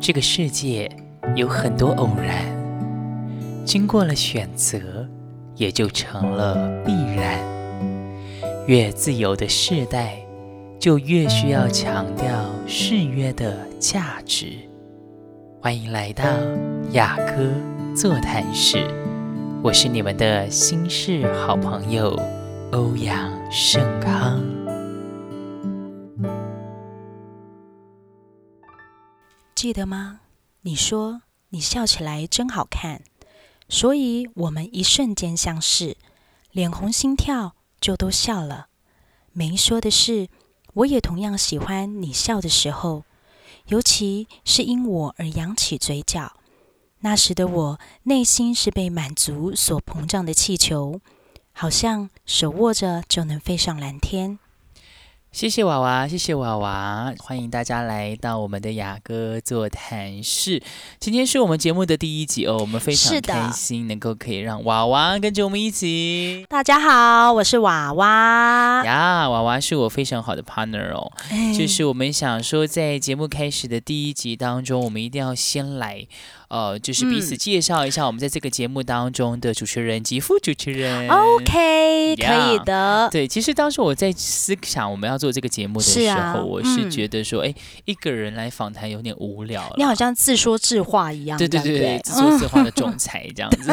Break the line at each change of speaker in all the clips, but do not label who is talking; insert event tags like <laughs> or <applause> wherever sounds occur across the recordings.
这个世界有很多偶然，经过了选择，也就成了必然。越自由的世代，就越需要强调誓约的价值。欢迎来到雅歌座谈室，我是你们的心事好朋友欧阳盛康。
记得吗？你说你笑起来真好看，所以我们一瞬间相视，脸红心跳就都笑了。没说的是，我也同样喜欢你笑的时候，尤其是因我而扬起嘴角。那时的我内心是被满足所膨胀的气球，好像手握着就能飞上蓝天。
谢谢娃娃，谢谢娃娃，欢迎大家来到我们的雅歌座谈室。今天是我们节目的第一集哦，我们非常
是的
开心能够可以让娃娃跟着我们一起。
大家好，我是娃娃。
呀，娃娃是我非常好的 partner 哦，就
啊哎
是我们想说，在节目开始的第一集当中，我们一定要先来，呃，就是彼此
嗯
介绍一下我们在这个节目当中的主持人及副主持人。
哦 OK，可以
Yeah
<laughs> 的。
对，其实当时我在思想我们要做这个节目的
是
时候，
啊
我是
嗯
觉得说，哎、一个人来访谈有点无聊了。
你好像自说自话一样，
对对
感
对对，
觉
自说自话的总裁这样
<laughs>
子。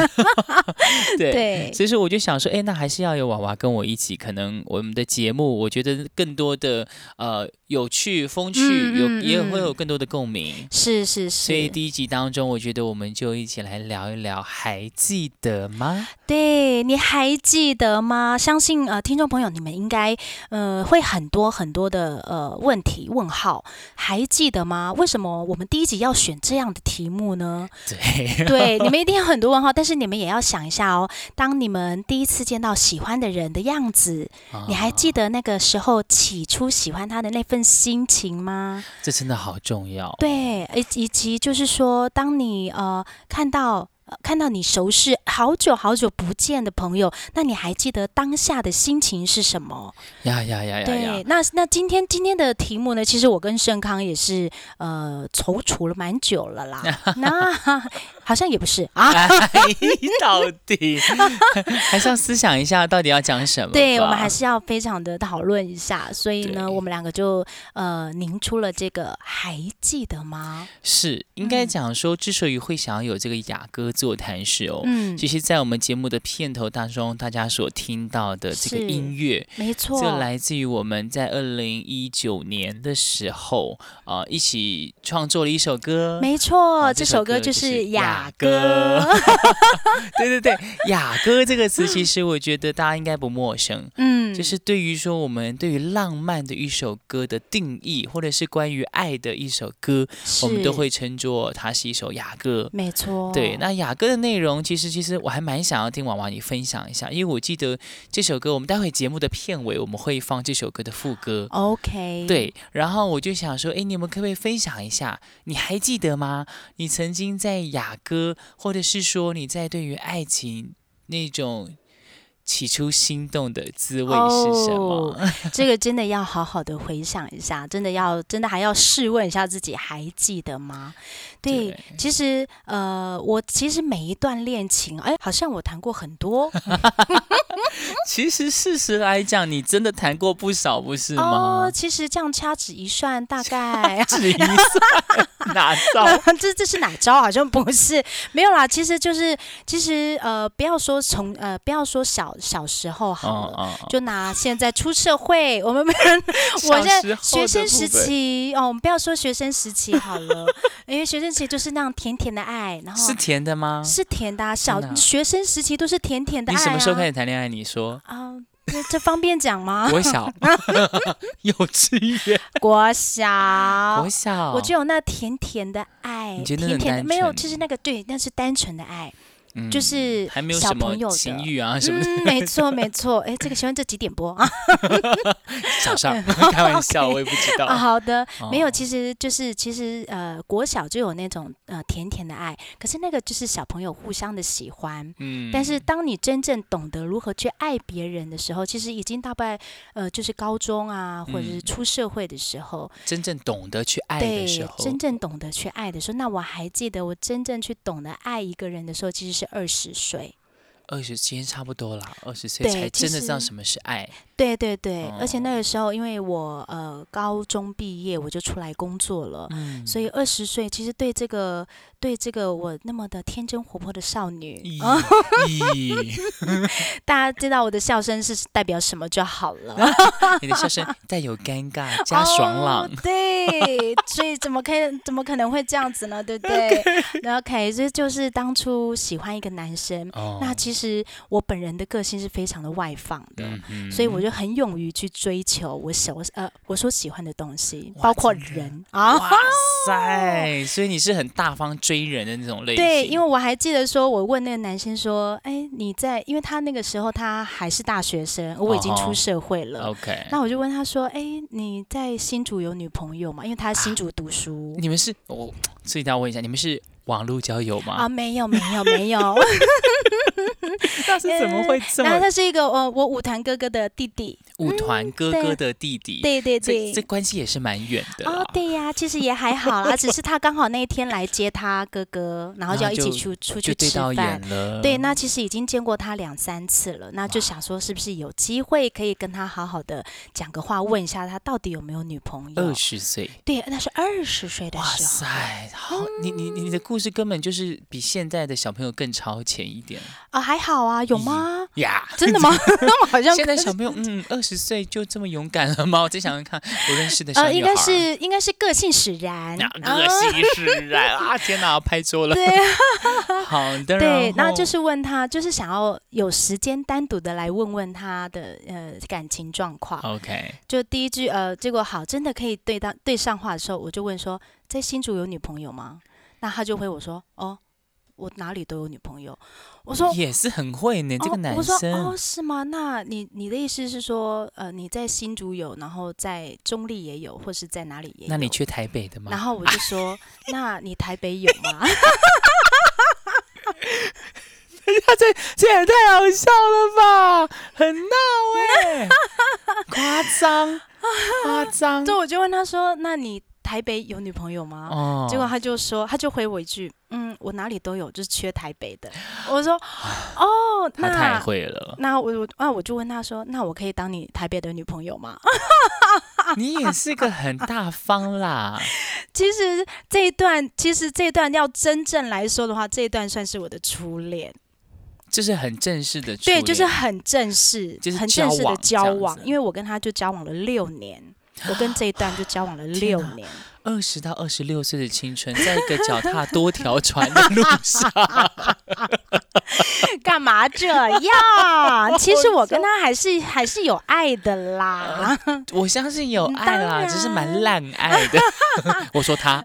<laughs> 对。
嗯对
所以说，我就想说，哎，那还是要有娃娃跟我一起，可能我们的节目，我觉得更多的呃有趣、风趣，
嗯
有
嗯
也会
嗯
有更多的共鸣。
是是
所以
是，
第一集当中，我觉得我们就一起来聊一聊，还记得吗？ <laughs>
对，你还记得吗？相信呃，听众朋友你们应该呃会很多很多的呃问题问号，还记得吗？为什么我们第一集要选这样的题目
<laughs>
呢？
对，
对，你们一定有很多问号，但是你们也要想一下哦，当你们第一次见到喜欢的人的样子，你还记
啊？
得那个时候起初喜欢他的那份心情吗？
啊这真的好重要。
对，以以及就是说，当你呃看到、呃、看到你熟识好久好久不见的朋友，那你还记得当下的心情是什么？
呀呀哎呀呀
对
呀！，
那那今天今天的题目呢，其实我跟盛康也是呃踌躇了蛮久
<laughs>
了啦，那好像也不是啊。
哎，到底 <laughs> 还是要思想一下，到底要讲什么吧？
对，我们还是要非常的讨论一下，所以呢，
对
我们两个就呃凝出了这个，还记得吗？
是应该
嗯
讲说，之所以会想要有这个雅歌座谈室哦，
嗯，
其实，在我们节目的片头当中，大家所听到的这个
是
音乐，
没错，
这来自于我们在二零一九年的时候，呃，一起创作了一首歌。
没错，
啊这
这
首
首歌
歌
就
就是是
《
雅
雅
歌
歌》。
对对对，雅歌这个词，其实我觉得大家应该不陌生。
<laughs>
<laughs>
嗯，
就是对于说我们对于浪漫的一首歌的定义，或者是关于爱的一首歌，我们都
是哦
会称作它是一首雅歌。
没错。
对，那雅歌的内容，其实其实我还蛮想要听娃娃你分享一下，因为我记得这首歌，我们待会节目的片尾我们会放这首歌的副歌。
OK，，
对，然后我就想说，哎，你们可不可以分享一下？你还记得吗？你曾经在雅歌，或者是说你在对于爱情那种起初心动的滋味是什么？
<laughs>
<laughs>
这个真的要好好的回想一下，真的要真的还要试问一下自己，还记得吗？对，
对
其实呃，我其实每一段恋情，哎，好像我谈过很多
其实事实来讲，你真的谈过不少，不 <laughs> 是吗
哦。？其实这样掐指一算，大
<laughs>
概 <laughs>
至于算 <laughs> 哪招？
这这是哪招？好像不是，没有啦。其实就是，其实呃，不要说从呃，不要说小小时候好了，
哦哦
就拿现在出社会，我们没人，我
小
在
时候
学
的
生
部
时
分
期哦，我们不要说学生时期好了， <laughs> 因为学生时期就是那样甜甜的爱，然后
哦是甜的吗？
是甜的啊、小
真的啊
学生时期都是甜甜的爱、
你
啊。
什么时候开始谈恋爱？你说
啊？这这方便讲吗？
国 <laughs> 小，幼稚园，
<laughs> 国小
国，小，
我就有那甜甜的爱，
你觉得
甜
很
甜的
单
没有，
纯
就是那个对，那是单纯的爱。
嗯
就是
还没有
小
什
朋友
么
的
情欲啊
<laughs>
什么的，
嗯，没错没错，哎，这个喜欢这几点播啊？
想
<laughs>
上开玩笑，我也不知道。
啊 <laughs> 好的，没有，
哦
其实就是其实呃，国小就有那种呃甜甜的爱，可是那个就是小朋友互相的喜欢。
嗯
但是当你真正懂得如何去爱别人的时候，其实已经大概呃就是高中啊，或者是
嗯
出社会的时候，
真正懂得去爱
对
的时候，
真正懂得去爱的时候，那我还记得我真正去懂得爱一个人的时候，其实是二十岁。
二十今天差不多啦，二十岁
对
才
其
真的知道
实
什么是爱。
对对对，而且那
哦
个时候因为我呃高中毕业我就出来工作了，
嗯
所以二十岁其实对这个对这个我那么的天真活泼的少女
咦
啊、
咦
大家知道我的笑声是代表什么就好了，
你的笑声带有尴
<laughs>
尬啊加爽朗
哦。对，所以怎么可以怎么可能会这样子呢？对不对 o k 这就是当初喜欢一个男生。
哦
那其实我本人的个性是非常的外放的，
嗯
所以我
哼
就很勇于去追求我所呃我所喜欢的东西，
哇
包括
真的
人啊。
哇塞，所以你是很大方追人的那种类型。
哦对，因为我还记得说，我问那个男生说：“哎，你在？因为他那个时候他还是大学生，我已经
哦
出
吼
社会了。
OK，
那我就问他说：“哎，你在新竹有女朋友吗？”因为他在新竹读书
你们是我这一定要问一下，你们是网络交友
啊，
吗？
没有，没有，没有。
嗯那是怎么会 <laughs> 这
然后
么
他是一个呃我我舞团哥哥的弟
<laughs>
弟，
舞团哥
对
哥的弟弟？
对对
这
对
这。关系也是蛮远的
哦
啦，
对呀，其实也还好啦，只是他刚好那一天来接他哥哥，然后
然
就要
后
一起
就
出出
就
去
对
吃
到
饭
眼。了。
对，那其实已经见过他两三次了，那就想说是不是有机会可以跟他好好的讲个话，问一下他到底有没有女朋友
二？十岁，
对，那是啊嗯二十岁的
哇
时候
塞，好，你你你的故事根本就是比现在的小朋友更超前一点
啊，还好啊，有
<laughs>
吗？
呀。
真的吗？ <laughs> 那我好像
现在
跟
小朋友，嗯，二十岁就这么勇敢了吗？我再想想看，我认识的小女孩儿，
呃，应该是应该是个性使然
那，
啊
恶心使然啊！天哪，拍桌了。
对啊
好的，
对，
然
那
后
就是问他，就是想要有时间单独的来问问他的呃感情状况。
OK，
就第一句，呃，结果好，真的可以对到对上话的时候，我就问说，在新竹有女朋友吗？那他就回我说，哦，我哪里都有女朋友。我说，
也是很会呢，这个
哦，
男
我说，
生
哦，是吗？那你你的意思是说，呃，你在新竹有，然后在中立也有，或是在哪里也有？
那你去台北的吗
然？后我就说，那你台北有吗？ <laughs>
这也太好笑了吧，很闹
欸
哎，夸张，夸张
对，我就问他说，那你台北有女朋友吗？
哦
结果他就说，他就回我一句，嗯，我哪里都有，就是缺台北的。我说，哦，
啊他太
那
会了，
那我我啊，我就问他说，那我可以当你台北的女朋友吗？啊
你也是个很大方
<laughs>
啦，
其实这一段，其实这一段要真正来说的话，这一段算是我的初恋，
这是很正式的初
对，
恋，
就是很正式，
就是
很正式的
交往
交
这样
往
子，
因为我跟他就交往了六年。我跟这一段就交往了六
天哪
年，
二十到二十六岁的青春，在一个脚踏多条船的路
<laughs>
上，
干嘛这样？其实我跟他还是还是有爱的啦。 <laughs>
我相信有爱
当
啦，
然
只是蛮烂爱
<laughs>
的。我说他，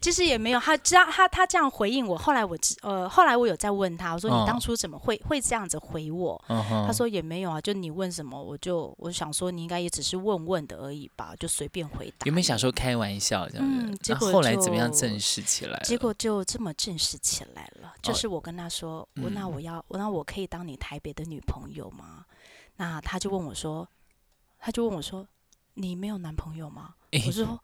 其实也没有，他知道他他这样回应我，后来我知呃，后来我有在问他，我说
嗯
你当初怎么会、会这样子回我？
嗯哼
他说也没有啊，就你问什么，我就我想说你应该也只是问问的而已吧，就随便回答。
原本想说开玩笑这样
嗯
子，
结
那
果
后来怎么样
就
正式起来了？
结果就这么正式起来了，就
哦
是我跟他说，我那
嗯
我要那我可以当你台北的女朋友吗？那他就问我说，他就问我说，你没有男朋友吗？
诶
我说，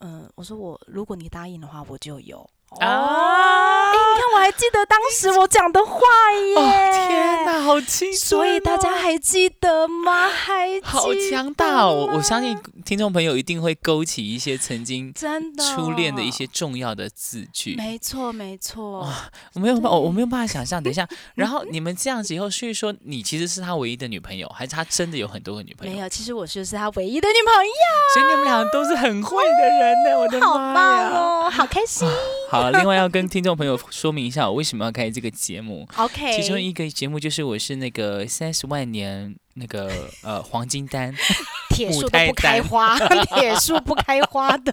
嗯、我说我如果你答应的话，我就有。
啊
哎你看我还记得当时我讲的话耶！
哦天！哪，好青春、
所以大家。还记得吗？还记得
好强大哦！
啊
我我相信
吗
听众朋友一定会勾起一些曾经
真的
初恋的一些重要的字句。
没错没错，
我没有办，我我
对
没有办法想象。
<laughs>
等一下，然后你们这样子以后，所以说你其实是他唯一的女朋友，还是他真的有很多个女朋友
没？有，其实我就是他唯一的女朋友，
所以你们俩都是很会的人呢，我的
<laughs> 好
妈
棒
呀！
哦，好开
<laughs>
心。
好，另外要跟听众朋友说明一下，我为什么要开这个节
<laughs>
目。
OK，
其中一个节目就是我是那个三十万年那个呃黄金单，
铁
母
树都
胎
不开
单
花， <laughs> 铁树不开花的。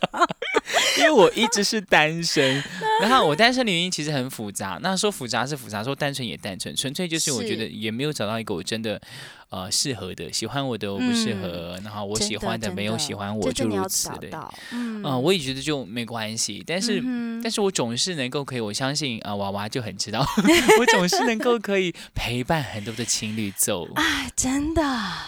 因为我一直是单身，然后我单身的原因其实很复杂。那说复杂是复杂，说单纯也单纯，纯粹就是我觉
是
得也没有找到一个我真的呃适合的，喜欢我的我不适合，然后 <laughs> 我
嗯真
喜
的
欢的
真
没有
的
喜欢
这
我，就
真的
如
要
此
找
的。
到，嗯
嗯，我也觉得就没关系，但是、
嗯
但
哼
是我总是能够可以，我相信啊、呃娃娃就很知道，
<laughs>
我总是能够可以陪伴很多的情侣走。
哎真的，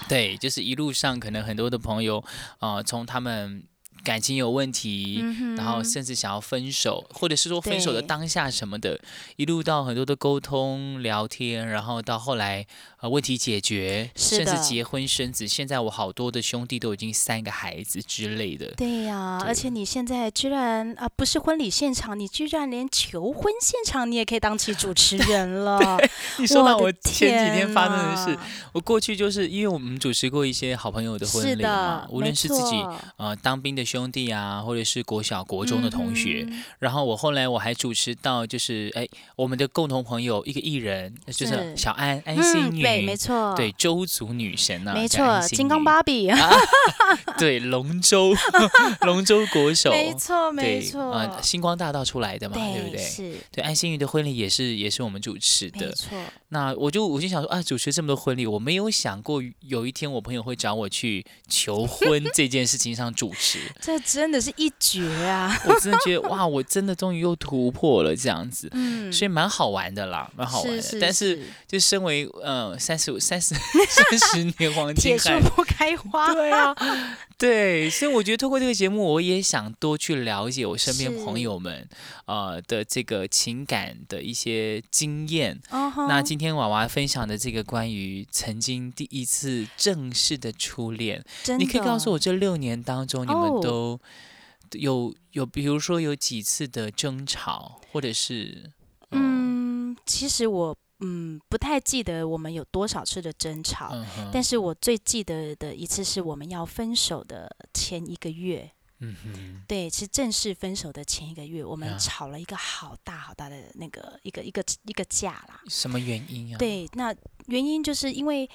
对，就是一路上可能很多的朋友，呃，从他们感情有问题，
嗯
然后
哼
甚至想要分手，或者是说分手的
对
当下什么的，一路到很多的沟通聊天，然后到后来呃问题解决，
是
甚至
的
结婚生子。现在我好多的兄弟都已经三个孩子之类的。
对呀、而
对
且你现在居然啊、不是婚礼现场，你居然连求婚现场你也可以当起主持人
<laughs>
了。
你说到
的
我前几天发生的
天啊
事，
呐
我过去就是因为我们主持过一些好朋友的
是
婚礼嘛
的，，
无
没
论是自己
错
呃当兵的兄弟啊，或者是国小国中的同学，，
嗯哼
然后我后来我还主持到，就是哎，我们的共同朋友一个艺人，就是
是
小安安心
嗯，
哎女，
对，没错，
对，周族女神呐、啊，
没
叫安
错，
心
金刚
女，
芭比，
对，龙
<laughs>
舟，龙舟国手，
没错，没
对，
错，
啊、星光大道出来的嘛，对不对？
是，
对，安心玉的婚礼也是也是我们主持
没
的。
错，
<laughs> 那我就我就想说啊，主持这么多婚礼，我没有想过有一天我朋友会找我去求婚这件事情上主持。
<laughs> 这真的是一绝
<laughs>
啊！
我真的觉得哇，我真的终于又突破了这样子。
嗯，
所以蛮好玩的啦，蛮好玩的。
是是
但是
是
就身为呃三十五、
<laughs>
三十、三十年黄
铁
金
树
汉，<laughs>
不开花，
对
<laughs>
啊，对，所以我觉得透过这个节目，我也想多去了解我身边
是
朋友们呃的这个情感的一些经验。
嗯哼
那今天娃娃分享的这个关于曾经第一次正式的初恋，
真
你可以
的
告诉我这六年当中你们
哦
都有有，比如说有几次的争吵，或者是
嗯，其实我嗯不太记得我们有多少次的争吵，
嗯哼
但是我最记得的一次是我们要分手的前一个月，
嗯哼，
对，是正式分手的前一个月，我
呀
们吵了一个好大好大的那个一个一个一个架啦。
什么原因啊？，
对，那原因就是因为。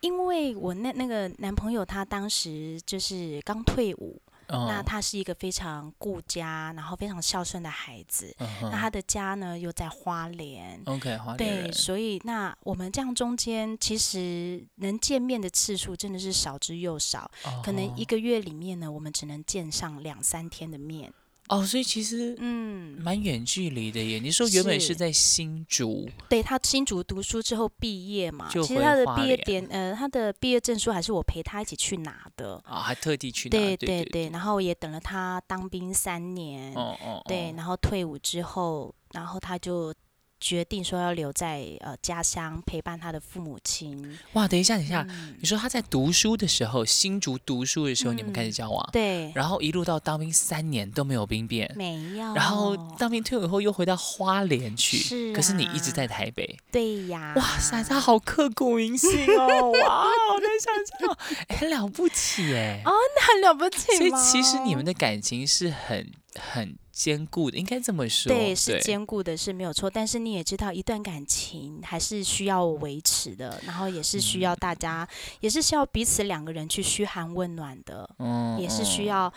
因为我那那个男朋友他当时就是刚退伍，那
嗯，
他是一个非常顾家，然后非常孝顺的孩子。
嗯哼
那他的家呢又在花莲，
OK 花莲
对，
人，
所以那我们这样中间其实能见面的次数真的是少之又少，可能一
哦
个月里面呢，我们只能见上两三天的面。
哦，所以其实
嗯，
蛮远距离的耶。你说原本是
是
在新竹，
对他新竹读书之后毕业嘛，
就
其
回
实他的
花
毕业
莲
典呃他的毕业证书还是我陪他一起去拿的。
啊，还特地去拿，
对
对
对，然后也等了他当兵三年，
哦哦，
对，
哦，
然后退伍之后，然后他就决定说要留在呃家乡陪伴他的父母亲。
哇，等一下等一下，
嗯
你说他在读书的时候，新竹读书的时候，你们开始
嗯
交往，
对，
然后一路到当兵三年都没有兵变，
没有。
然后当兵退伍后又回到花莲去，
是
可是你一直
啊
在台北，
对呀，
哇塞，他好刻骨铭心
<laughs>
哦，哇，我在想象，哎很了不起哎，
哦那 <laughs> 很了不起
所以
吗
其实你们的感情是很很坚固的，应该这么说。
对是兼顾的，是没有错。但是你也知道，一段感情还是需要维持的，然后也是
嗯
需要大家，也是需要彼此两个人去嘘寒问暖的，
嗯
也是需。
嗯
要。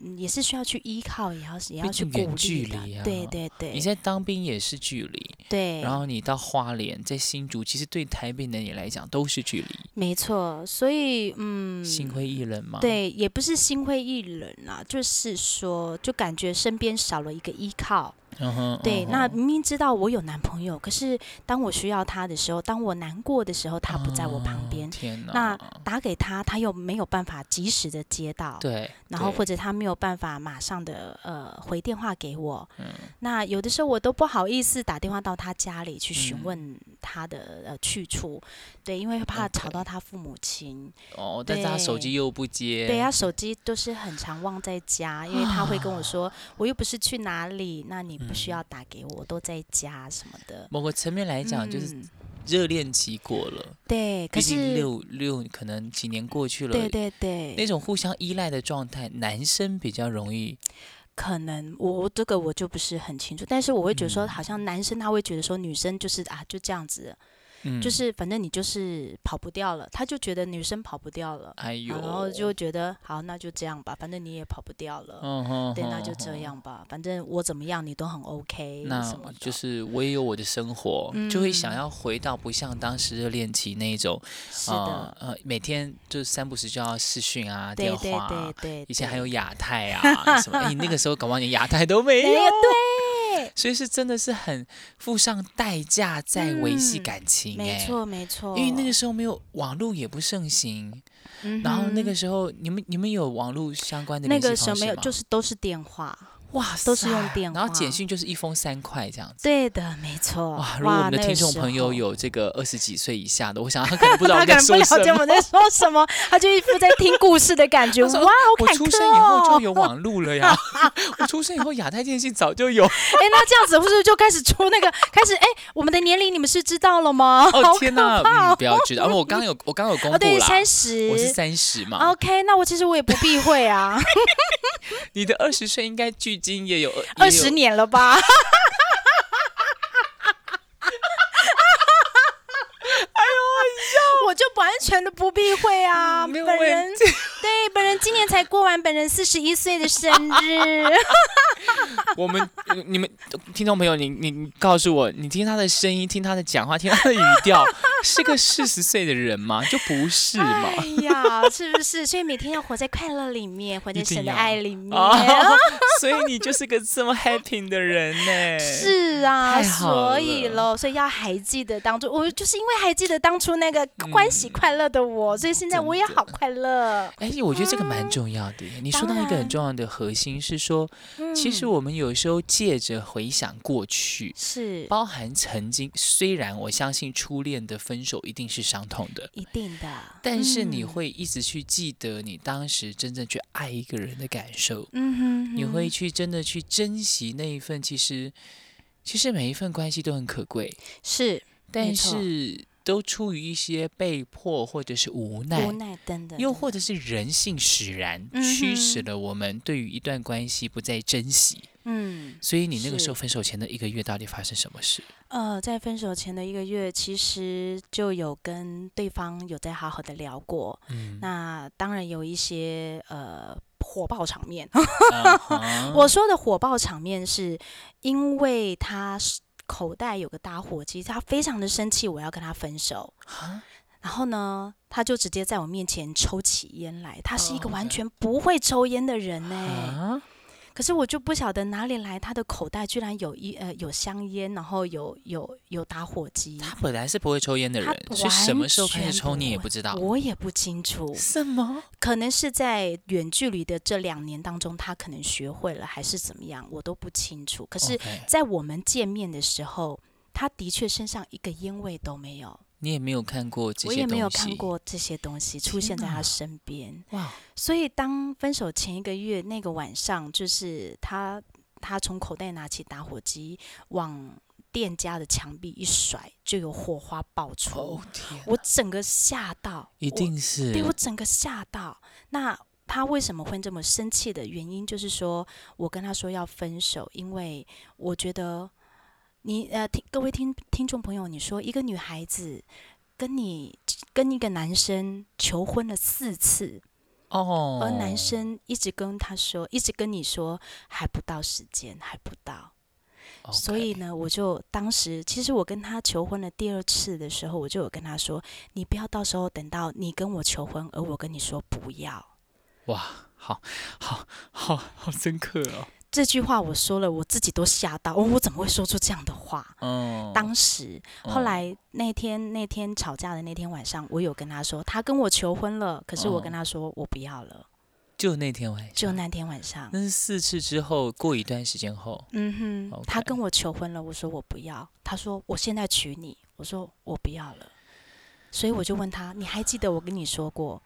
嗯也是需要去依靠，也要也要
毕
去
竟
鼓
远距
励的，
离啊
对对
你
对，
在当兵也是距离，
对，
然后你到花莲，在新竹，其实对台北的你来讲都是距离，
没错，所以嗯，
心灰意冷嘛。，
对，也不是心灰意冷啦，就是说，就感觉身边少了一个依靠，
嗯哼，
对，
嗯
那
哼
明明知道我有男朋友，可是当我需要他的时候，当我难过的时候，他不在我旁
哦
边，
天哪，
那打给他，他又没有办法及时的接到，
对，
然后
对
或者他没有办法马上的呃回电话给我，
嗯
那有的时候我都不好意思打电话到他家里去询
嗯
问他的、呃去处，对，因为怕
OK
吵到他父母亲，
哦，但是他手机又不接，
对他手机都是很常忘在家，因为他会跟我说，我又不是去哪里，那你不需
啊嗯
要打给我，我都在家什么的。
某个层面来讲，就是
嗯
热恋期过了，
对，可
毕竟
是
六六可能几年过去了，
对对
那
对，
种互相依赖的状态，男生比较容易
可能我我这
嗯
个我就不是很清楚，但是我会觉得说，好像男生他会觉得说女生就是啊就这样子，
嗯
就是反正你就是跑不掉了，他就觉得女生跑不掉了，
哎呦，
然后就觉得好，那就这样吧，反正你也跑不掉了，
嗯哼，
对，
哼
那就这。
哼
样吧，反正我怎么样你都很 OK，
那
什么的
就是我也有我的生活，就会想
嗯
要回到不像当时热恋期那一种，
是
啊
的，
呃，每天就是三不时就要视讯啊，
对
电
对
话
对
啊，
对，
以前还
对
有亚太
<laughs>
啊什么，哎，你那个时候搞不好连亚太都没有
没，有
所以是真的是很付上代价在维系
嗯
感情，
没
哎，
错没错，
因为那个时候没有网络也不盛行，
嗯哼，
然后那个时候你们你们有网络相关的
那
联系方
个时候
式
没有，
吗
就是都是电话，
哇塞，
都是用电
然后简
话
讯就是一封三块这样子。
对的，没错。
哇，如果我们的
那个
听众
时
朋友
候。
有这个二十几岁以下的，我想他可能
<laughs>
不知道
他
我
可
在
能不
说
了
什
解我
么。
们在说什么， <laughs> 他就一副在听故事的感觉。
他
哇，
说
好
我
坎坷哦！
出生以后就有网络了
<laughs>
呀，我出生以后亚太电信早就有。
哎、那这样子是不是就开始出那个开始？哎、我们的年龄你们是知道了吗？
哦天哪，
怕
嗯，不要知道，因为我刚刚有我刚刚有公
哦，
布
对，
啦，
三十，哦
我是三十嘛，
OK，那我其实我也不避讳啊，
你的二十岁应该距今也 <laughs> 有也有哎
二十年了吧？ <laughs> <laughs> 我就完全的不避讳啊！
嗯没有
本
问
人对本人今年才过完本人四十一岁的生日，
我们、呃你们听众朋友，你你你告诉我，你听他的声音，听他的讲话，听他的语调，是个四十岁的人吗？就不 <laughs> 是嘛
哎？呀，是不是？所以每天要活在快乐里面，活在
一定
神的
要
爱里面。
啊，所以你就是个这么 happy 的人呢、
<laughs> 是啊，
太好
所以
了
喽，所以要还记得当初，我就是因为还记得当初那个欢喜快乐的我，所以现在
真
我也
的
好快乐。
哎，我觉得这个蛮重要的耶。你说到一个
嗯当
很
然
重要的核心是说，其实
嗯
我们有时候借着回想过去，
是
包含曾经，虽然我相信初恋的分手一定是伤痛的，
一定的，
但是你
嗯，
会一直去记得你当时真正去爱一个人的感受。
嗯哼，
你会
哼
去真的去珍惜那一份，其实其实每一份关系都很可贵，
是
但
错
是都出于一些被迫或者是无奈，
无奈等等，
又
等
或者是人性使然，
嗯
驱使
哼
了我们对于一段关系不再珍惜。
嗯
所以你那个时候
是
分手前的一个月，到底发生什么
<laughs>
事？
呃，在分手前的一个月，其实就有跟对方有在好好的聊过，
嗯，
那当然有一些呃火爆场面，
啊哈
我说的火爆场面是因为他是口袋有个打火机，他非常的生气，我要跟他分手。
啊
然后呢，他就直接在我面前抽起烟来。他是一个
哦
完
对
全不会抽烟的人呢、
啊
可是我就不晓得哪里来，他的口袋居然有一呃有香烟，然后有有有打火机，
他本来是不会抽烟的
他
人，所以什
完
么时候开始
全
抽
不
你也
会
不知道。
我也不清楚。
什么？
可能是在远距离的这两年当中，他可能学会了还是怎么样，我都不清楚。可是
OK，
在我们见面的时候，他的确身上一个烟味都没有，
你也没有看过这些
我
东西，
也没有看过这些东西出现在
天哪
他身边。
哇，
所以当分手前一个月那个晚上，就是他他从口袋拿起打火机往店家的墙壁一甩，就有火花爆出，
哦天，
我整个吓到，
一
我
定是
对我整个吓到。那他为什么会这么生气的原因，就是说我跟他说要分手，因为我觉得你呃，听各位听听众朋友，你说一个女孩子跟你跟一个男生求婚了四次，
哦，
而男生一直跟他说，一直跟你说还不到时间，还不到。
OK，
所以呢，我就当时其实我跟他求婚的第二次的时候，我就有跟他说，你不要到时候等到你跟我求婚，而我跟你说不要。
哇，好好好好深刻哦，
这句话我说了，我自己都吓到，哦、我怎么会说出这样的话？
嗯，
<laughs> 当时，后
嗯
来那天那天吵架的那天晚上，我有跟他说，他跟我求婚了，可是我跟
嗯
他说我不要了。
就那天晚上，
就那天晚上，
那是四次之后，过一段时间后，
嗯哼，他
OK
跟我求婚了，我说我不要，他说我现在娶你，我说我不要了，所以我就问他，你还记得我跟你说过，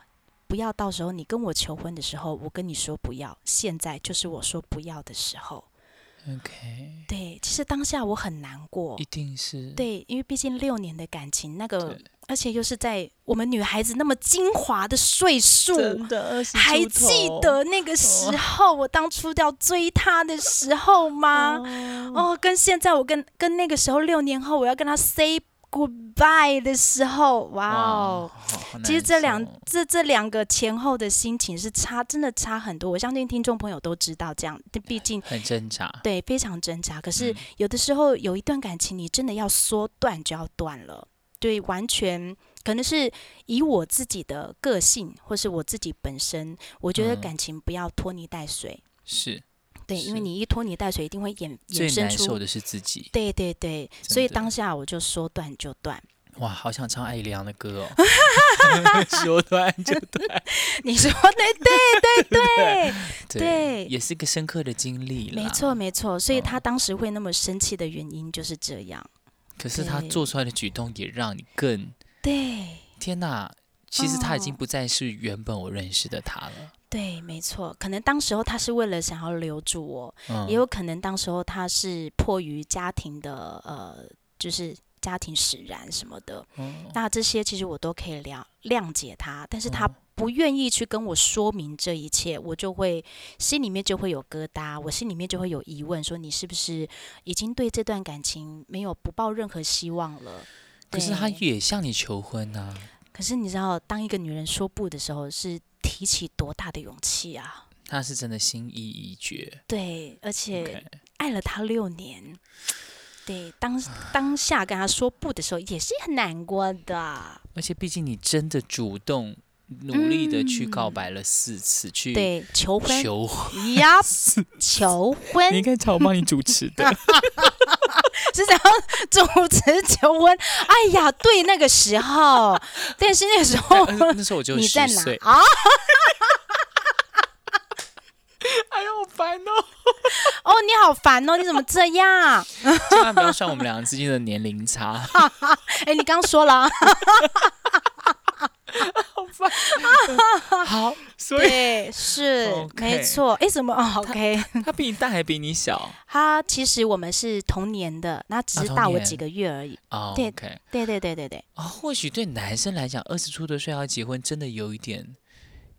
不要到时候你跟我求婚的时候，我跟你说不要，现在就是我说不要的时候。
，OK，
对，其实当下我很难过
嗯一，定是，
对，因为毕竟六年的感情，那个
对
而且又是在我们女孩子那么精华的岁数，
真的20
还
出
记
头
得那个时候，我当初要追他的时候吗？
哦
哦，跟现在我跟跟那个时候六年后我要跟他 say goodbye 的时候，哇哦！
好好难
其实这两
受哦
这这两个前后的心情是差，真的差很多。我相信听众朋友都知道这样，毕竟
很挣扎，
对非常挣扎。可是
嗯
有的时候有一段感情，你真的要说断就要断了，对，完全可能是以我自己的个性，或是我自己本身，我觉得
嗯
感情不要拖泥带水。
是
对，因为
是
你一拖泥带水，一定会衍
最
衍生
难
出
受的是自己。
对对对，所以
的
当下我就说断就断。 <laughs>
哇，好想唱艾怡良的歌哦， <laughs> 说断就断，
你说对对对 <laughs>
<laughs>
对对
也是个深刻的经历啦。
没错，没错，所以
嗯
他当时会那么生气的原因就是这样。
可是他
对
做出来的举动也让你更
对
天哪！其实他已经
哦
不再是原本我认识的他了。
对，没错，可能当时候他是为了想要留住我，
嗯
也有可能当时候他是迫于家庭的呃，就是家庭使然什么的。
嗯
那这些其实我都可以谅谅解他，但是他
嗯
不愿意去跟我说明这一切，我就会心里面就会有疙瘩，我心里面就会有疑问，说你是不是已经对这段感情没有不抱任何希望了？
可是他
对
也向你求婚啊呐、
可是你知道，当一个女人说不的时候，是提起多大的勇气啊！
他是真的心意已决。
对，而且
OK，
爱了他六年，对，当 <sighs> 当下跟他说不的时候，也是很难过的。
而且毕竟你真的主动努力的去告
嗯
白了四次，去
对，求婚
嗯求婚。
呀，
<laughs>
求
你
婚
应该找我帮你主持的。
是想要主持求婚。哎呀，对，那个时候，但是那个时候
<laughs> 但呃那时候我就
你在
十
哪
岁，
啊？
<laughs> 哎呀，好烦哦！
哦，你好烦哦，你怎么这样？
<laughs> 千万不要算我们两个之间的年龄 <laughs> 差，
哎，你刚说了
<laughs>
啊，
好，哦 <laughs> 所以
对，是
OK
没错。哎，怎么？哦，OK。
他比你大还比你小
他其实我们是同年的，那只
啊
是
同
大我
年
几个月而已。
哦
对
OK，
对对对对对，
啊、或许对男生来讲，二十出头岁要结婚，真的有一点，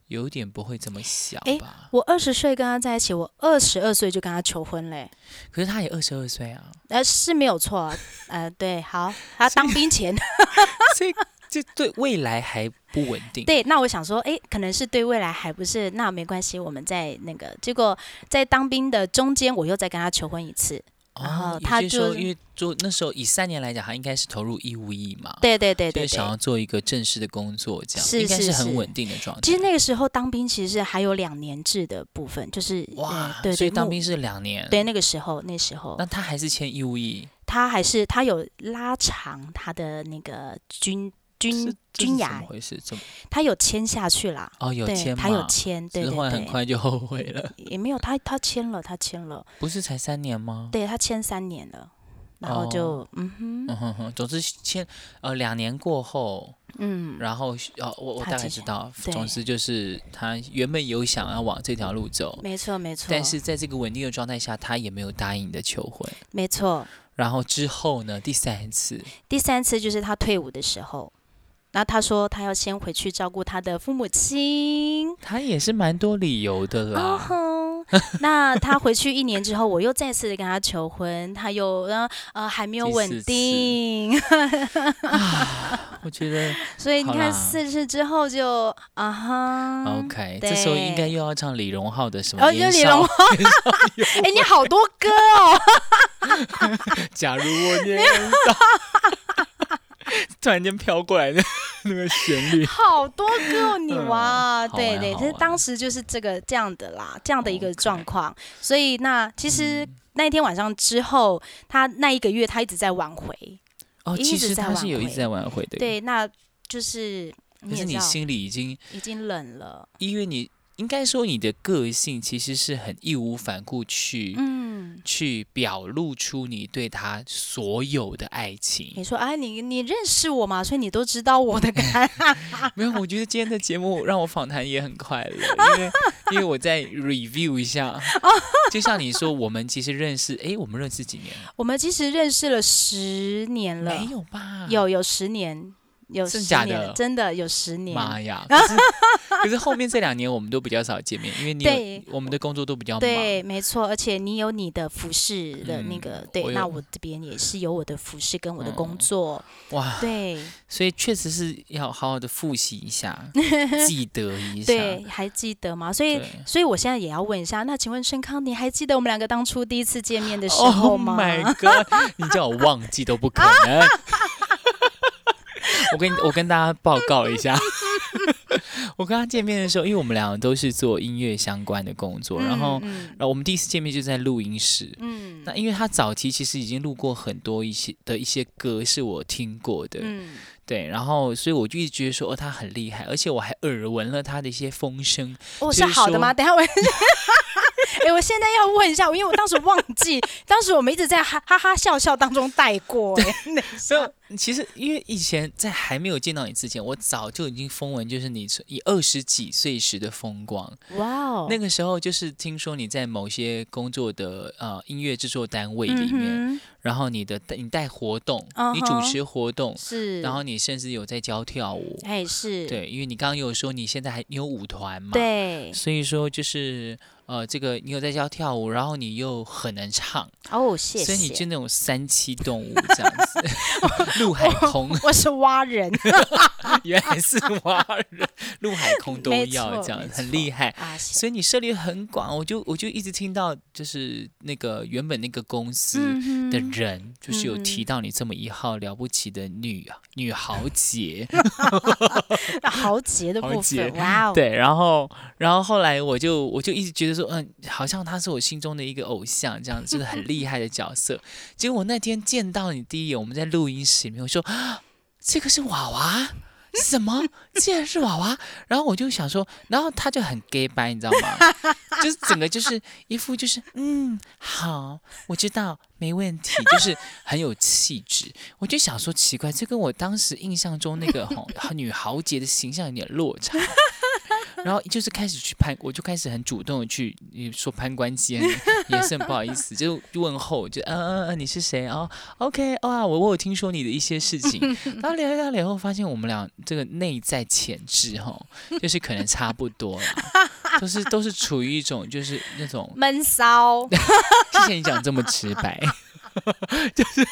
有一点不会这么想
诶
吧？
我二十岁跟他在一起，我二十二岁就跟他求婚嘞、
可是他也二十二岁啊，
呃，是没有错啊，呃，对，好，他当兵前，
<laughs>
<laughs>
所以这对未来还不稳定。
对，那我想说，诶，可能是对未来还不是，那没关系，我们在那个，结果在当兵的中间，我又再跟他求婚一次，然后
哦，
他
有些时候
就
因为做那时候以三年来讲，他应该是投入义务役嘛，
对对对
所
对
以想
对。
要做一个正式的工作，这样
是
应该
是
是很
是
稳定的状态。
其实那个时候当兵其实还有两年制的部分，就是
哇
呃，对
所以
对，
当
幕
兵是两年，
对那个时候那时候
那他还是签义务役，
他还是他有拉长他的那个军
是
军
这
嗯军
是怎
涯
么，回事？怎么？
他有签下去啦。
哦，有
对，
签
他有
嘛
签，对
只是后
对
来很
对，
快就后悔
<laughs>
了，
也没有他他签了，他签了，
不是才三年吗？
对他签三年了，然后就、嗯
嗯
哼
哼哼，总之签呃两年过后，
嗯，
然后呃我我
他
大概
接
知
下
道，
对
总之就是他原本有想要往这条路走，
没错没错，
但是在这个稳定的状态下，他也没有答应你的求婚。
没错，
然后之后呢，第三次
第三次就是他退伍的时候。那他说他要先回去照顾他的父母亲，
他也是蛮多理由的
哦
啦，
吼，那他回去一年之后，我又再次的跟他求婚，他又呃呃还没有
第
稳
四次
定，
我觉得
<laughs> 所以你
好啦
看四次之后就啊哈
OK，这时候应该
对
又要唱李荣浩的什么
哦
年
就李
少
荣哎、你好多歌哦，
<laughs> 假如我年少， <laughs> 突然间飘过来的 <laughs> 那个旋律，
<laughs> 好多歌哦，你
嗯
哇，
好
对
玩
对，
好
就是
玩
当时就是这个这样的啦，这样的一个
OK 嗯
状况。所以那其实那一天晚上之后，他那一个月他一直在挽回，
哦，
一
其
直
实
在
他是
挽
有一
回
直在挽回的，，
对，那就是
可
你
是
也知
你
道，
心里已经，
已经冷了，
因为你应该说你的个性其实是很义无反顾去、
嗯。
去表露出你对他所有的爱
你
情。
说，哎，你你认识我嘛？所以你都知道我的 <laughs> 感，
没有，我觉得今天的节目让我访谈也很快乐，因为因为我在 review 一
<laughs>
下，就像你说，我们其实认识，诶，我们认识几年？
我们其实认识了十年了，
没有吧？啊
有有十年，有
真
十
假
年了
的
真的有十年。
妈呀！可
<laughs>
是可是后面这两年我们都比较少见面，因为你
对
有我们的工作都比较忙。
对，没错，而且你有你的服饰的那
嗯
个，对
我，
那
有
我这边也是有我的服饰跟我的工
嗯
作，
哇，
对
所以确实是要好好的复习一
<laughs>
下，记得一下。
对，还记得吗？所以，
对
所以我现在也要问一下，那请问盛康，你还记得我们两个当初第一次见面的时候
Oh
吗？
my god！你叫我忘记都不可能。 <laughs> 我跟我跟大家报告一下， <laughs> 我跟他见面的时候，因为我们两个都是做音乐相关的工作，然后
嗯
然后我们第一次见面就在录音室。
嗯
那因为他早期其实已经录过很多一些的一些歌是我听过的，
嗯，
对，然后所以我就一直觉得说哦他很厉害，而且我还耳闻了他的一些风声，
哦，
就是是
好的
说
吗？等一下我。 <laughs> 哎、我现在要问一下，因为我当时忘记，当时我们一直在哈哈哈笑笑当中带过、哎，等一
所
下
以其实因为以前在还没有见到你之前，我早就已经风闻就是你以二十几岁时的风光，
哇哦，
那个时候就是听说你在某些工作的呃音乐制作单位里面，
嗯
然后你的你带活动你
嗯
主
哼
持活动
哼、，是，
然后你甚至有在教跳舞，
哎、是，
对，因为你刚刚有说你现在还你有舞团嘛，，
对，
所以说就是呃，这个你有在教跳舞，然后你又很能唱，
哦，谢谢。
所以你就那种三栖动物这样子， <laughs> 陆海空
<laughs> 我是蛙人，
原来是蛙人，陆海空都
没
要
错
这样
没，
很
错
厉害。
<laughs> 啊，谢
所以你涉猎很广，我就我就一直听到就是那个原本那个公司
嗯
的
哼
人，就是有
嗯
提到你这么一号了不起的女女豪杰，
那豪杰
<laughs>
的
豪
部
杰
分，哇哦，，
对，然后，然后后来我就我就一直觉得说，嗯，好像他是我心中的一个偶像，这样就是很厉害的角色。结果我那天见到你第一眼，我们在录音室里面，我说啊这个是娃娃。什么？竟然是娃娃！然后我就想说，然后他就很 gay 白，你知道吗？就是整个就是一副就是嗯好，我知道没问题，就是很有气质。我就想说奇怪，这跟我当时印象中那个吼女豪杰的形象有点落差。 <laughs> 然后就是开始去攀，我就开始很主动的去你说攀关系，也是很不好意思，就问候，就嗯嗯嗯，你是谁？哦，OK，哇，我我有听说你的一些事情。然后聊一聊聊后，发现我们俩这个内在潜质哈，就是可能差不多啦，都是都是处于一种就是那种
闷
<laughs>
骚，
谢谢你讲这么直白， <laughs> 就是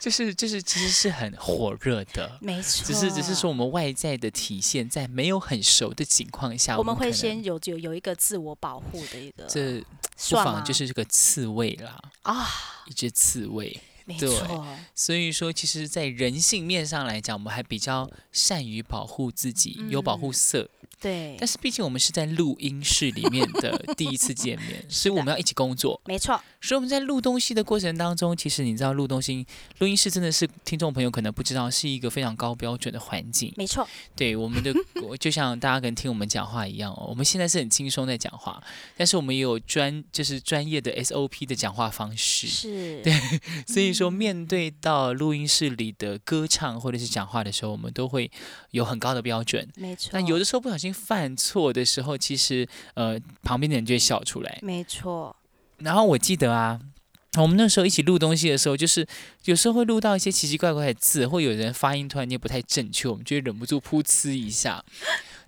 就是就是，其实是很火热的，
没错，
只是只是说我们外在的体现，在没有很熟的情况下，
我
我
们
可
会
能
先有有有一个自我保护的一个，
这不
算吗
妨就是这个刺猬啦，
啊，
一只刺猬。
没
对
错，
所以说，其实，在人性面上来讲，我们还比较善于保护自己，有保护色。
嗯对
但，是，毕竟我们是在录音室里面的第一次见
<laughs>
面，所以我们要一起工作。
没错，
所以我们在录东西的过程当中，其实你知道，录东西、录音室真的是听众朋友可能不知道，是一个非常高标准的环境。
没错，
对我
<laughs>
们的，我就像大家可能听我们讲话一样哦，我们现在是很轻松在讲话，但是我们也有专就是专业的 SOP 的讲话方式。
是，嗯
所以说，面对到录音室里的歌唱或者是讲话的时候，我们都会有很高的标准。
没错，
那有的时候不小心犯错的时候，其实呃，旁边的人就会笑出来。
没错，
然后我记得啊，我们那时候一起录东西的时候，就是有时候会录到一些奇奇怪怪的字，或有人发音突然间不太正确，我们就会忍不住噗嗤一下。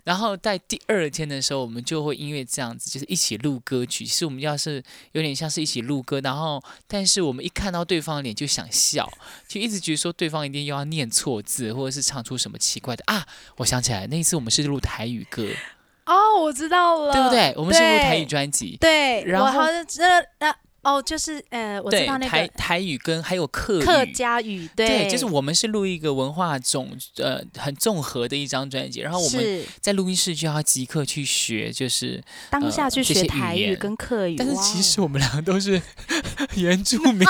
然后在第二天的时候，我们就会因为这样子，就是一起录歌曲。其实我们要是有点像是一起录歌，然后但是我们一看到对方的脸就想笑，就一直觉得说对方一定又要念错字，或者是唱出什么奇怪的啊！我想起来，那一次我们是录台语歌，
哦，我知道了，
对不对？我们是录台语
对
专辑，
对，
然
我
后
好像真的，那哦，就是呃，我知
对
道那
台
个
台语跟还有客语。
客家语，对，
就是我们是录一个文化总呃很综合的一张专辑，然后我们
是
在录音室就要即刻去学，就是，
当
呃
下去
这
学
些语
台语
言
跟客语，
但是
哇
其
哦
实我们俩都
<laughs>
是原住民，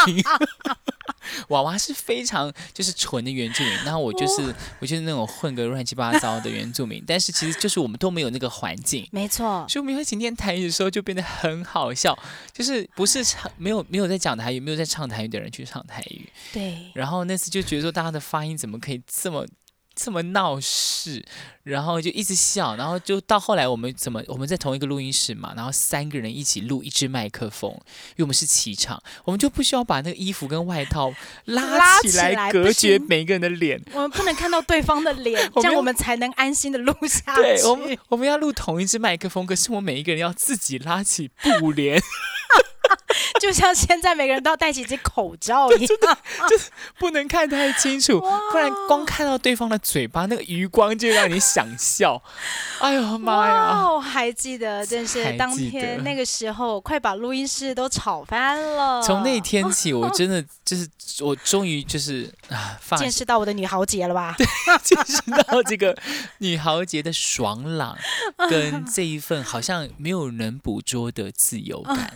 娃娃是非常就是纯的原住民，然后我就是我就是那种混个乱七八糟的原住民，但是其实就是我们都没有那个环境。
没错，
所以我们一起念台语的时候就变得很好笑，就是不是唱没有没有在讲台语，没有在唱台语的人去唱台语，
对，
然后那次就觉得说大家的发音怎么可以这么这么闹事，然后就一直笑，然后就到后来我们怎么我们在同一个录音室嘛，然后三个人一起录一支麦克风，因为我们是齐唱，我们就不需要把那个衣服跟外
<laughs>
套拉
拉
起
起
来
来
隔
不
绝
行
每一个人的脸。，
我们不能看到对方的脸
我
这
们
样
要
<laughs> 我们才能安心的录下去。
对我们我们要录同一支麦克风，可是我们每一个人要自己拉起布帘，
<laughs>
<laughs>
就像现在每个人都要戴起一只口罩 <laughs> 一样，
不能看太清楚，不然光看到对方的嘴巴，那个余光就让你想
<laughs>
笑。哎呦妈呀！
哇！我还记得，
还
真
记
是
得
当天那个时候，快把录音室都吵翻了。
从那天起，我真的就是我终于就是啊，发
见识到我的女豪杰了吧？
见识到这个女豪杰的爽朗，跟这一份好像没有人捕捉的自由感。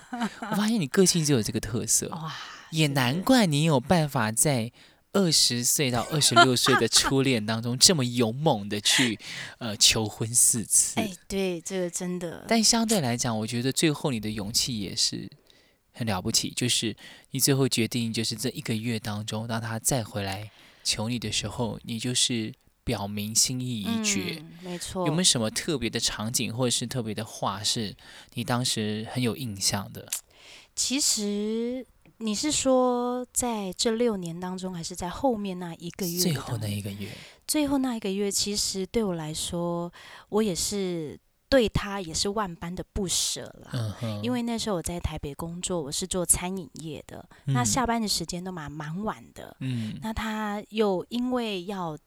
我发现你个性就有这个特色。
哇，
也
是
难怪你有办法在二十岁到二十六岁的初恋当中这么勇猛的去呃求婚四次。
哎，对，这个真的，
但相对来讲，我觉得最后你的勇气也是很了不起，就是你最后决定，就是这一个月当中，当他再回来求你的时候，你就是表明心意已决。
嗯，没错。
有没有什么特别的场景或者是特别的话，是你当时很有印象的？
其实你是说在这六年当中，还是在后面那一个月
最
当
后那一个月，
最后那一个月，其实对我来说，我也是对他也是万般的不舍啦。
嗯哼，
因为那时候我在台北工作，我是做餐饮业的，那
嗯
下班的时间都蛮蛮晚的。
嗯
那他又因为要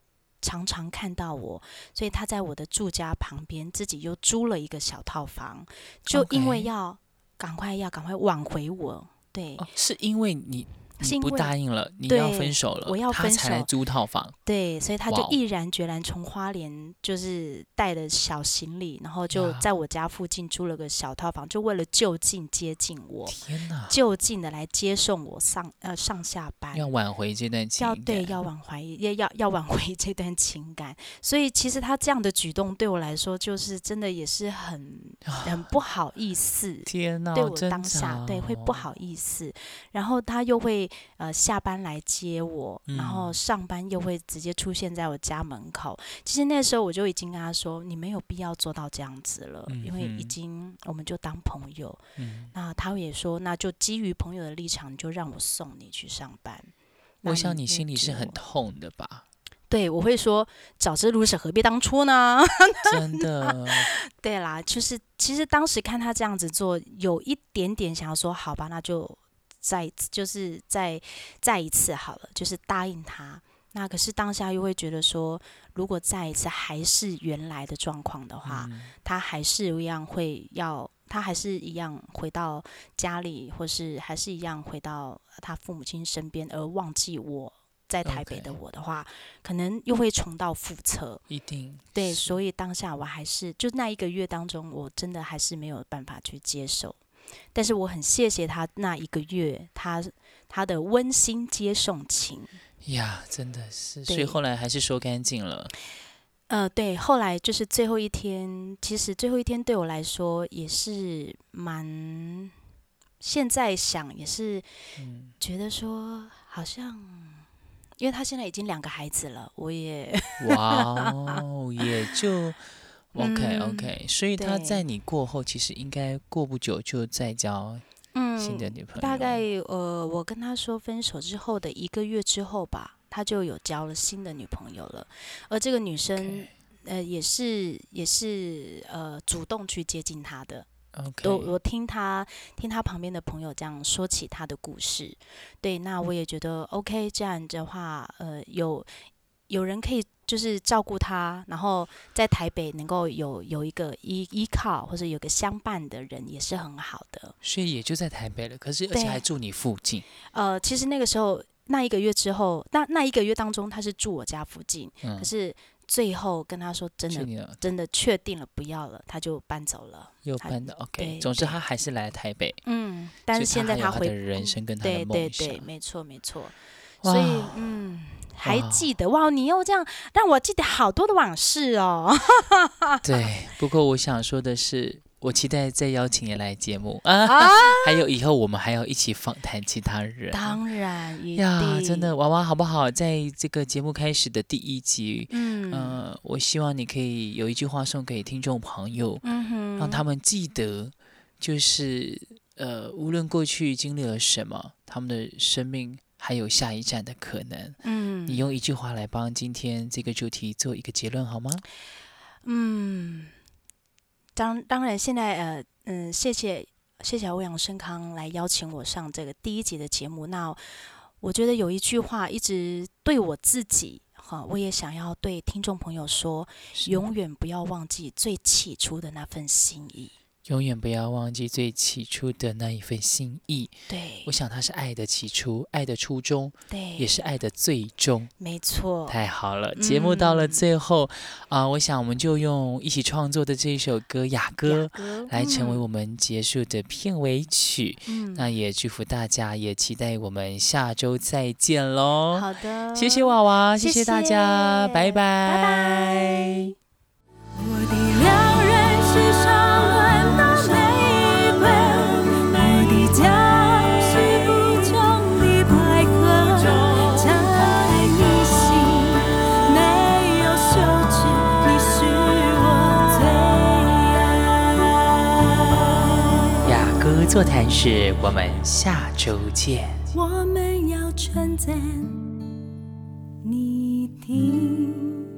常常看到我，所以他在我的住家旁边自己又租了一个小套房，就因为
OK
要赶快要赶快挽回我，对、
哦，是因为你
是
你
因
不
为
答应了，你要
对
分手了，
我要
他
分
才来
手
租套房，
对，所以他
哇
就
哦
毅然决然从花莲就是带了小行李，然后就
呀
在我家附近租了个小套房，就为了就近接近我，
天哪！
就近的来接送我上呃上下班，
要挽回这段情
要
感
对要挽回，也要要挽回这段情感。所以其实他这样的举动对我来说，就是真的也是很
啊
很不好意思。
天哪！
对我
挣
当下
扎
对会不
哦，
好意思，然后他又会呃下班来接我，然后
嗯
上班又会直接出现在我家门口。其实那时候我就已经跟他说，你没有必要做到这样子了，因为
嗯
已
哼
经我们就当朋友。
嗯，
那他也说，那就基于朋友的立场，你就让我送你去上班。
我
那
想你
愿
心里
意
是
接
很
我
痛的
<laughs>
吧？
对，我会说早知如此何必当初呢？
真
<laughs>
的
对啦，就是其实当时看他这样子做，有一点点想要说，好吧，那就再就是再再一次好了，就是答应他。那可是当下又会觉得说，如果再一次还是原来的状况的话，
嗯
他还是一样会要，他还是一样回到家里，或是还是一样回到他父母亲身边，而忘记我在台北的
OK
我的话可能又会重蹈覆辙。
一定
对，
是
所以当下我还是就那一个月当中，我真的还是没有办法去接受。但是我很谢谢他那一个月，他他的温馨接送情。
呀，真的是，所以
对
后来还是说干净了，
呃，对，后来就是最后一天，其实最后一天对我来说也是蛮，现在想也是
嗯，
觉得说好像，因为他现在已经两个孩子了，我也
哇哦，也
<laughs>
就。OK
嗯
OK，、所以他
对
在你过后，其实应该过不久就再交
嗯，
新的女朋友。
大概呃，我跟他说分手之后的一个月之后吧，他就有交了新的女朋友了，而这个女生
OK
呃也是也是呃主动去接近他的。
OK，
我我听他听他旁边的朋友这样说起他的故事，对，那我也觉得 OK，这样的话，呃，有有人可以就是照顾他，然后在台北能够有有一个依依靠或者有个相伴的人也是很好的。
所以也就在台北了，可是而且
对
还住你附近，
呃，其实那个时候那一个月之后，那那一个月当中，他是住我家附近，
嗯
可，是最后跟他说真
去
的
你的
真的确定了不要了，他就搬走了。
右
他
半的 OK。
对
总之
对
他还是来台北，
嗯，但是
所以
现在
他还有
回嗯
的人生跟他的
对对
梦想。
对，没错没错，
哇
所以嗯。还
哇
记得哇！你又这样让我记得好多的往事哦。
对不过我想说的是，我期待再邀请你来节
<laughs>
目 <laughs> 啊，
啊
还有以后我们还要一起访谈其他人。
当然一定
呀，真的，，娃娃好不好？在这个节目开始的第一集，
嗯、
呃，我希望你可以有一句话送给听众朋友，
嗯哼，
让他们记得，就是呃，无论过去经历了什么，他们的生命还有下一站的可能。
嗯
你用一句话来帮今天这个主题做一个结论好吗？
嗯，当当然，现在呃嗯，谢谢谢谢欧阳盛康来邀请我上这个第一集的节目。那我觉得有一句话一直对我自己哈，我也想要对听众朋友说，
是
永远不要忘记最起初的那份心意。
永远不要忘记最起初的那一份心意。
对
我，想它是爱的起初，爱的初衷，也
对，
是爱的最终。
没错，
太好了，节目到了
嗯
最后啊、我想我们就用一起创作的这一首歌《雅歌》
哥
来成为我们结束的片尾曲。
嗯，
那也祝福大家，也期待我们下周再见喽！
嗯好的，
谢谢娃娃，
谢
谢大家，
谢
拜
拜拜。
我的良人是上乱的玫瑰，我的家是不穷的百合，在你心没有羞耻，你是我最爱。
雅歌座谈室，我们下周见。
我们要称赞你的。